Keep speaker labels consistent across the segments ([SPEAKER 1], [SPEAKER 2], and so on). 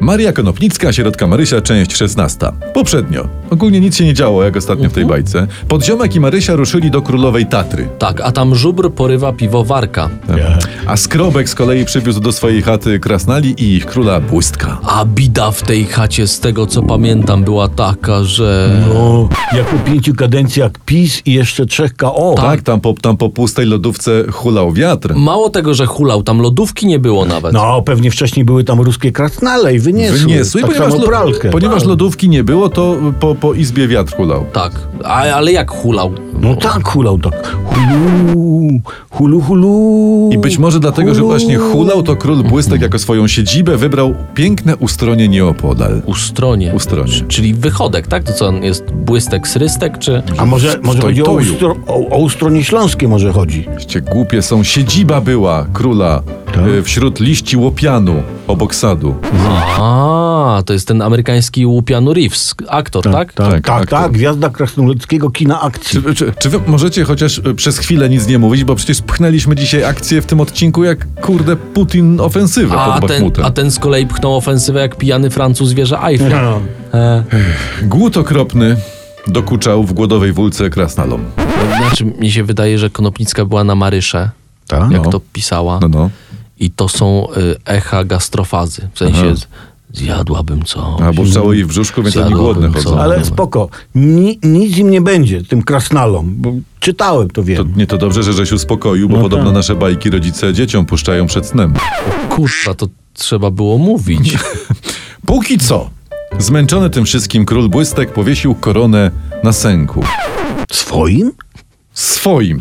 [SPEAKER 1] Maria Konopnicka, Środka Marysia, część 16. Poprzednio. Ogólnie nic się nie działo, jak ostatnio w tej
[SPEAKER 2] Mhm.
[SPEAKER 1] bajce. Podziomek i Marysia ruszyli do Królowej Tatry.
[SPEAKER 3] Tak, a tam żubr porywa piwowarka.
[SPEAKER 1] A Skrobek z kolei przywiózł do swojej chaty krasnali i ich króla Błystka.
[SPEAKER 3] A bida w tej chacie, z tego co pamiętam, była taka, że...
[SPEAKER 2] O, No, jak po pięciu kadencjach PiS i jeszcze trzech KO.
[SPEAKER 1] Tak, tam po, tam po pustej lodówce hulał wiatr.
[SPEAKER 3] Mało tego, że hulał, tam lodówki nie było nawet.
[SPEAKER 2] No, pewnie wcześniej były tam ruskie krasnale i wyniesły.
[SPEAKER 1] Wyniesły,
[SPEAKER 2] tak
[SPEAKER 1] ponieważ,
[SPEAKER 2] samo
[SPEAKER 1] lo-
[SPEAKER 2] pralkę. tak.
[SPEAKER 1] ponieważ lodówki nie było, to po, po izbie wiatr hulał.
[SPEAKER 3] Tak, a, ale jak hulał?
[SPEAKER 2] No tak, hulał tak. Hulu, hulu, hulu.
[SPEAKER 1] I być może dlatego, że
[SPEAKER 2] hulu.
[SPEAKER 1] właśnie hulał, to król Błystek jako swoją siedzibę wybrał piękne ustronie nieopodal.
[SPEAKER 3] Ustronie.
[SPEAKER 1] Ustronie.
[SPEAKER 3] C- Czyli wychodek, tak? To co on jest błystek srystek, czy.
[SPEAKER 2] A może, może
[SPEAKER 1] W
[SPEAKER 2] chodzi o,
[SPEAKER 1] Tojtoju.
[SPEAKER 2] ustro, o, o ustronie śląskie może chodzi.
[SPEAKER 1] Ście głupie są, siedziba była króla
[SPEAKER 2] Tak?
[SPEAKER 1] y, wśród liści łopianu obok sadu.
[SPEAKER 3] A, to jest ten amerykański łupianu Reeves, aktor, tak?
[SPEAKER 2] tak,
[SPEAKER 1] Tak,
[SPEAKER 2] tak, tak,
[SPEAKER 1] tak, to-
[SPEAKER 2] gwiazda krasnoludzkiego kina akcji.
[SPEAKER 1] Czy, czy, czy wy możecie chociaż y, przez chwilę nic nie mówić, bo przecież pchnęliśmy dzisiaj akcję w tym odcinku jak kurde Putin ofensywę pod
[SPEAKER 3] A ten,
[SPEAKER 1] Bachmutem.
[SPEAKER 3] a ten z kolei pchnął ofensywę jak pijany Francuz wieża Eiffel. E,
[SPEAKER 2] No.
[SPEAKER 1] Głód okropny dokuczał w głodowej wólce krasnalom.
[SPEAKER 3] Znaczy, mi się wydaje, że Konopnicka była na Marysze,
[SPEAKER 2] Tak?
[SPEAKER 3] jak
[SPEAKER 1] No.
[SPEAKER 3] to pisała.
[SPEAKER 1] No no.
[SPEAKER 3] I to są y, echa gastrofazy. W sensie, z- zjadłabym co.
[SPEAKER 1] A burczało jej w brzuszku, więc oni
[SPEAKER 3] Zjadłabym
[SPEAKER 1] głodne
[SPEAKER 3] co.
[SPEAKER 1] chodzą.
[SPEAKER 2] Ale spoko, Ni, nic im nie będzie, tym krasnalom, bo czytałem to wiem.
[SPEAKER 1] To, nie to dobrze, że żeś uspokoił, bo podobno
[SPEAKER 2] tak.
[SPEAKER 1] nasze bajki rodzice dzieciom puszczają przed snem.
[SPEAKER 3] Kurwa, to trzeba było mówić.
[SPEAKER 1] Póki co, zmęczony tym wszystkim król Błystek powiesił koronę na sęku.
[SPEAKER 2] Swoim?
[SPEAKER 1] Swoim.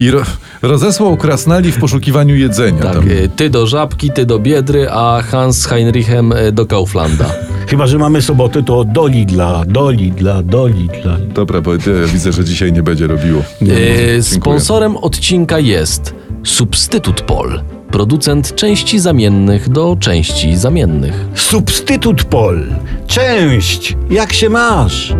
[SPEAKER 1] I ro- rozesłał krasnali w poszukiwaniu jedzenia.
[SPEAKER 3] Tak,
[SPEAKER 1] tam.
[SPEAKER 3] y, ty do żabki, ty do biedry, a Hans z Heinrichem y, do Kauflanda.
[SPEAKER 2] Chyba, że mamy soboty, to do Lidla, do Lidla, do Lidla.
[SPEAKER 1] Dobra, bo e, widzę, że dzisiaj nie będzie robiło.
[SPEAKER 3] Y, Sponsorem odcinka jest Substytut Pol, producent części zamiennych do części zamiennych.
[SPEAKER 2] Substytut Pol. Część, jak się masz?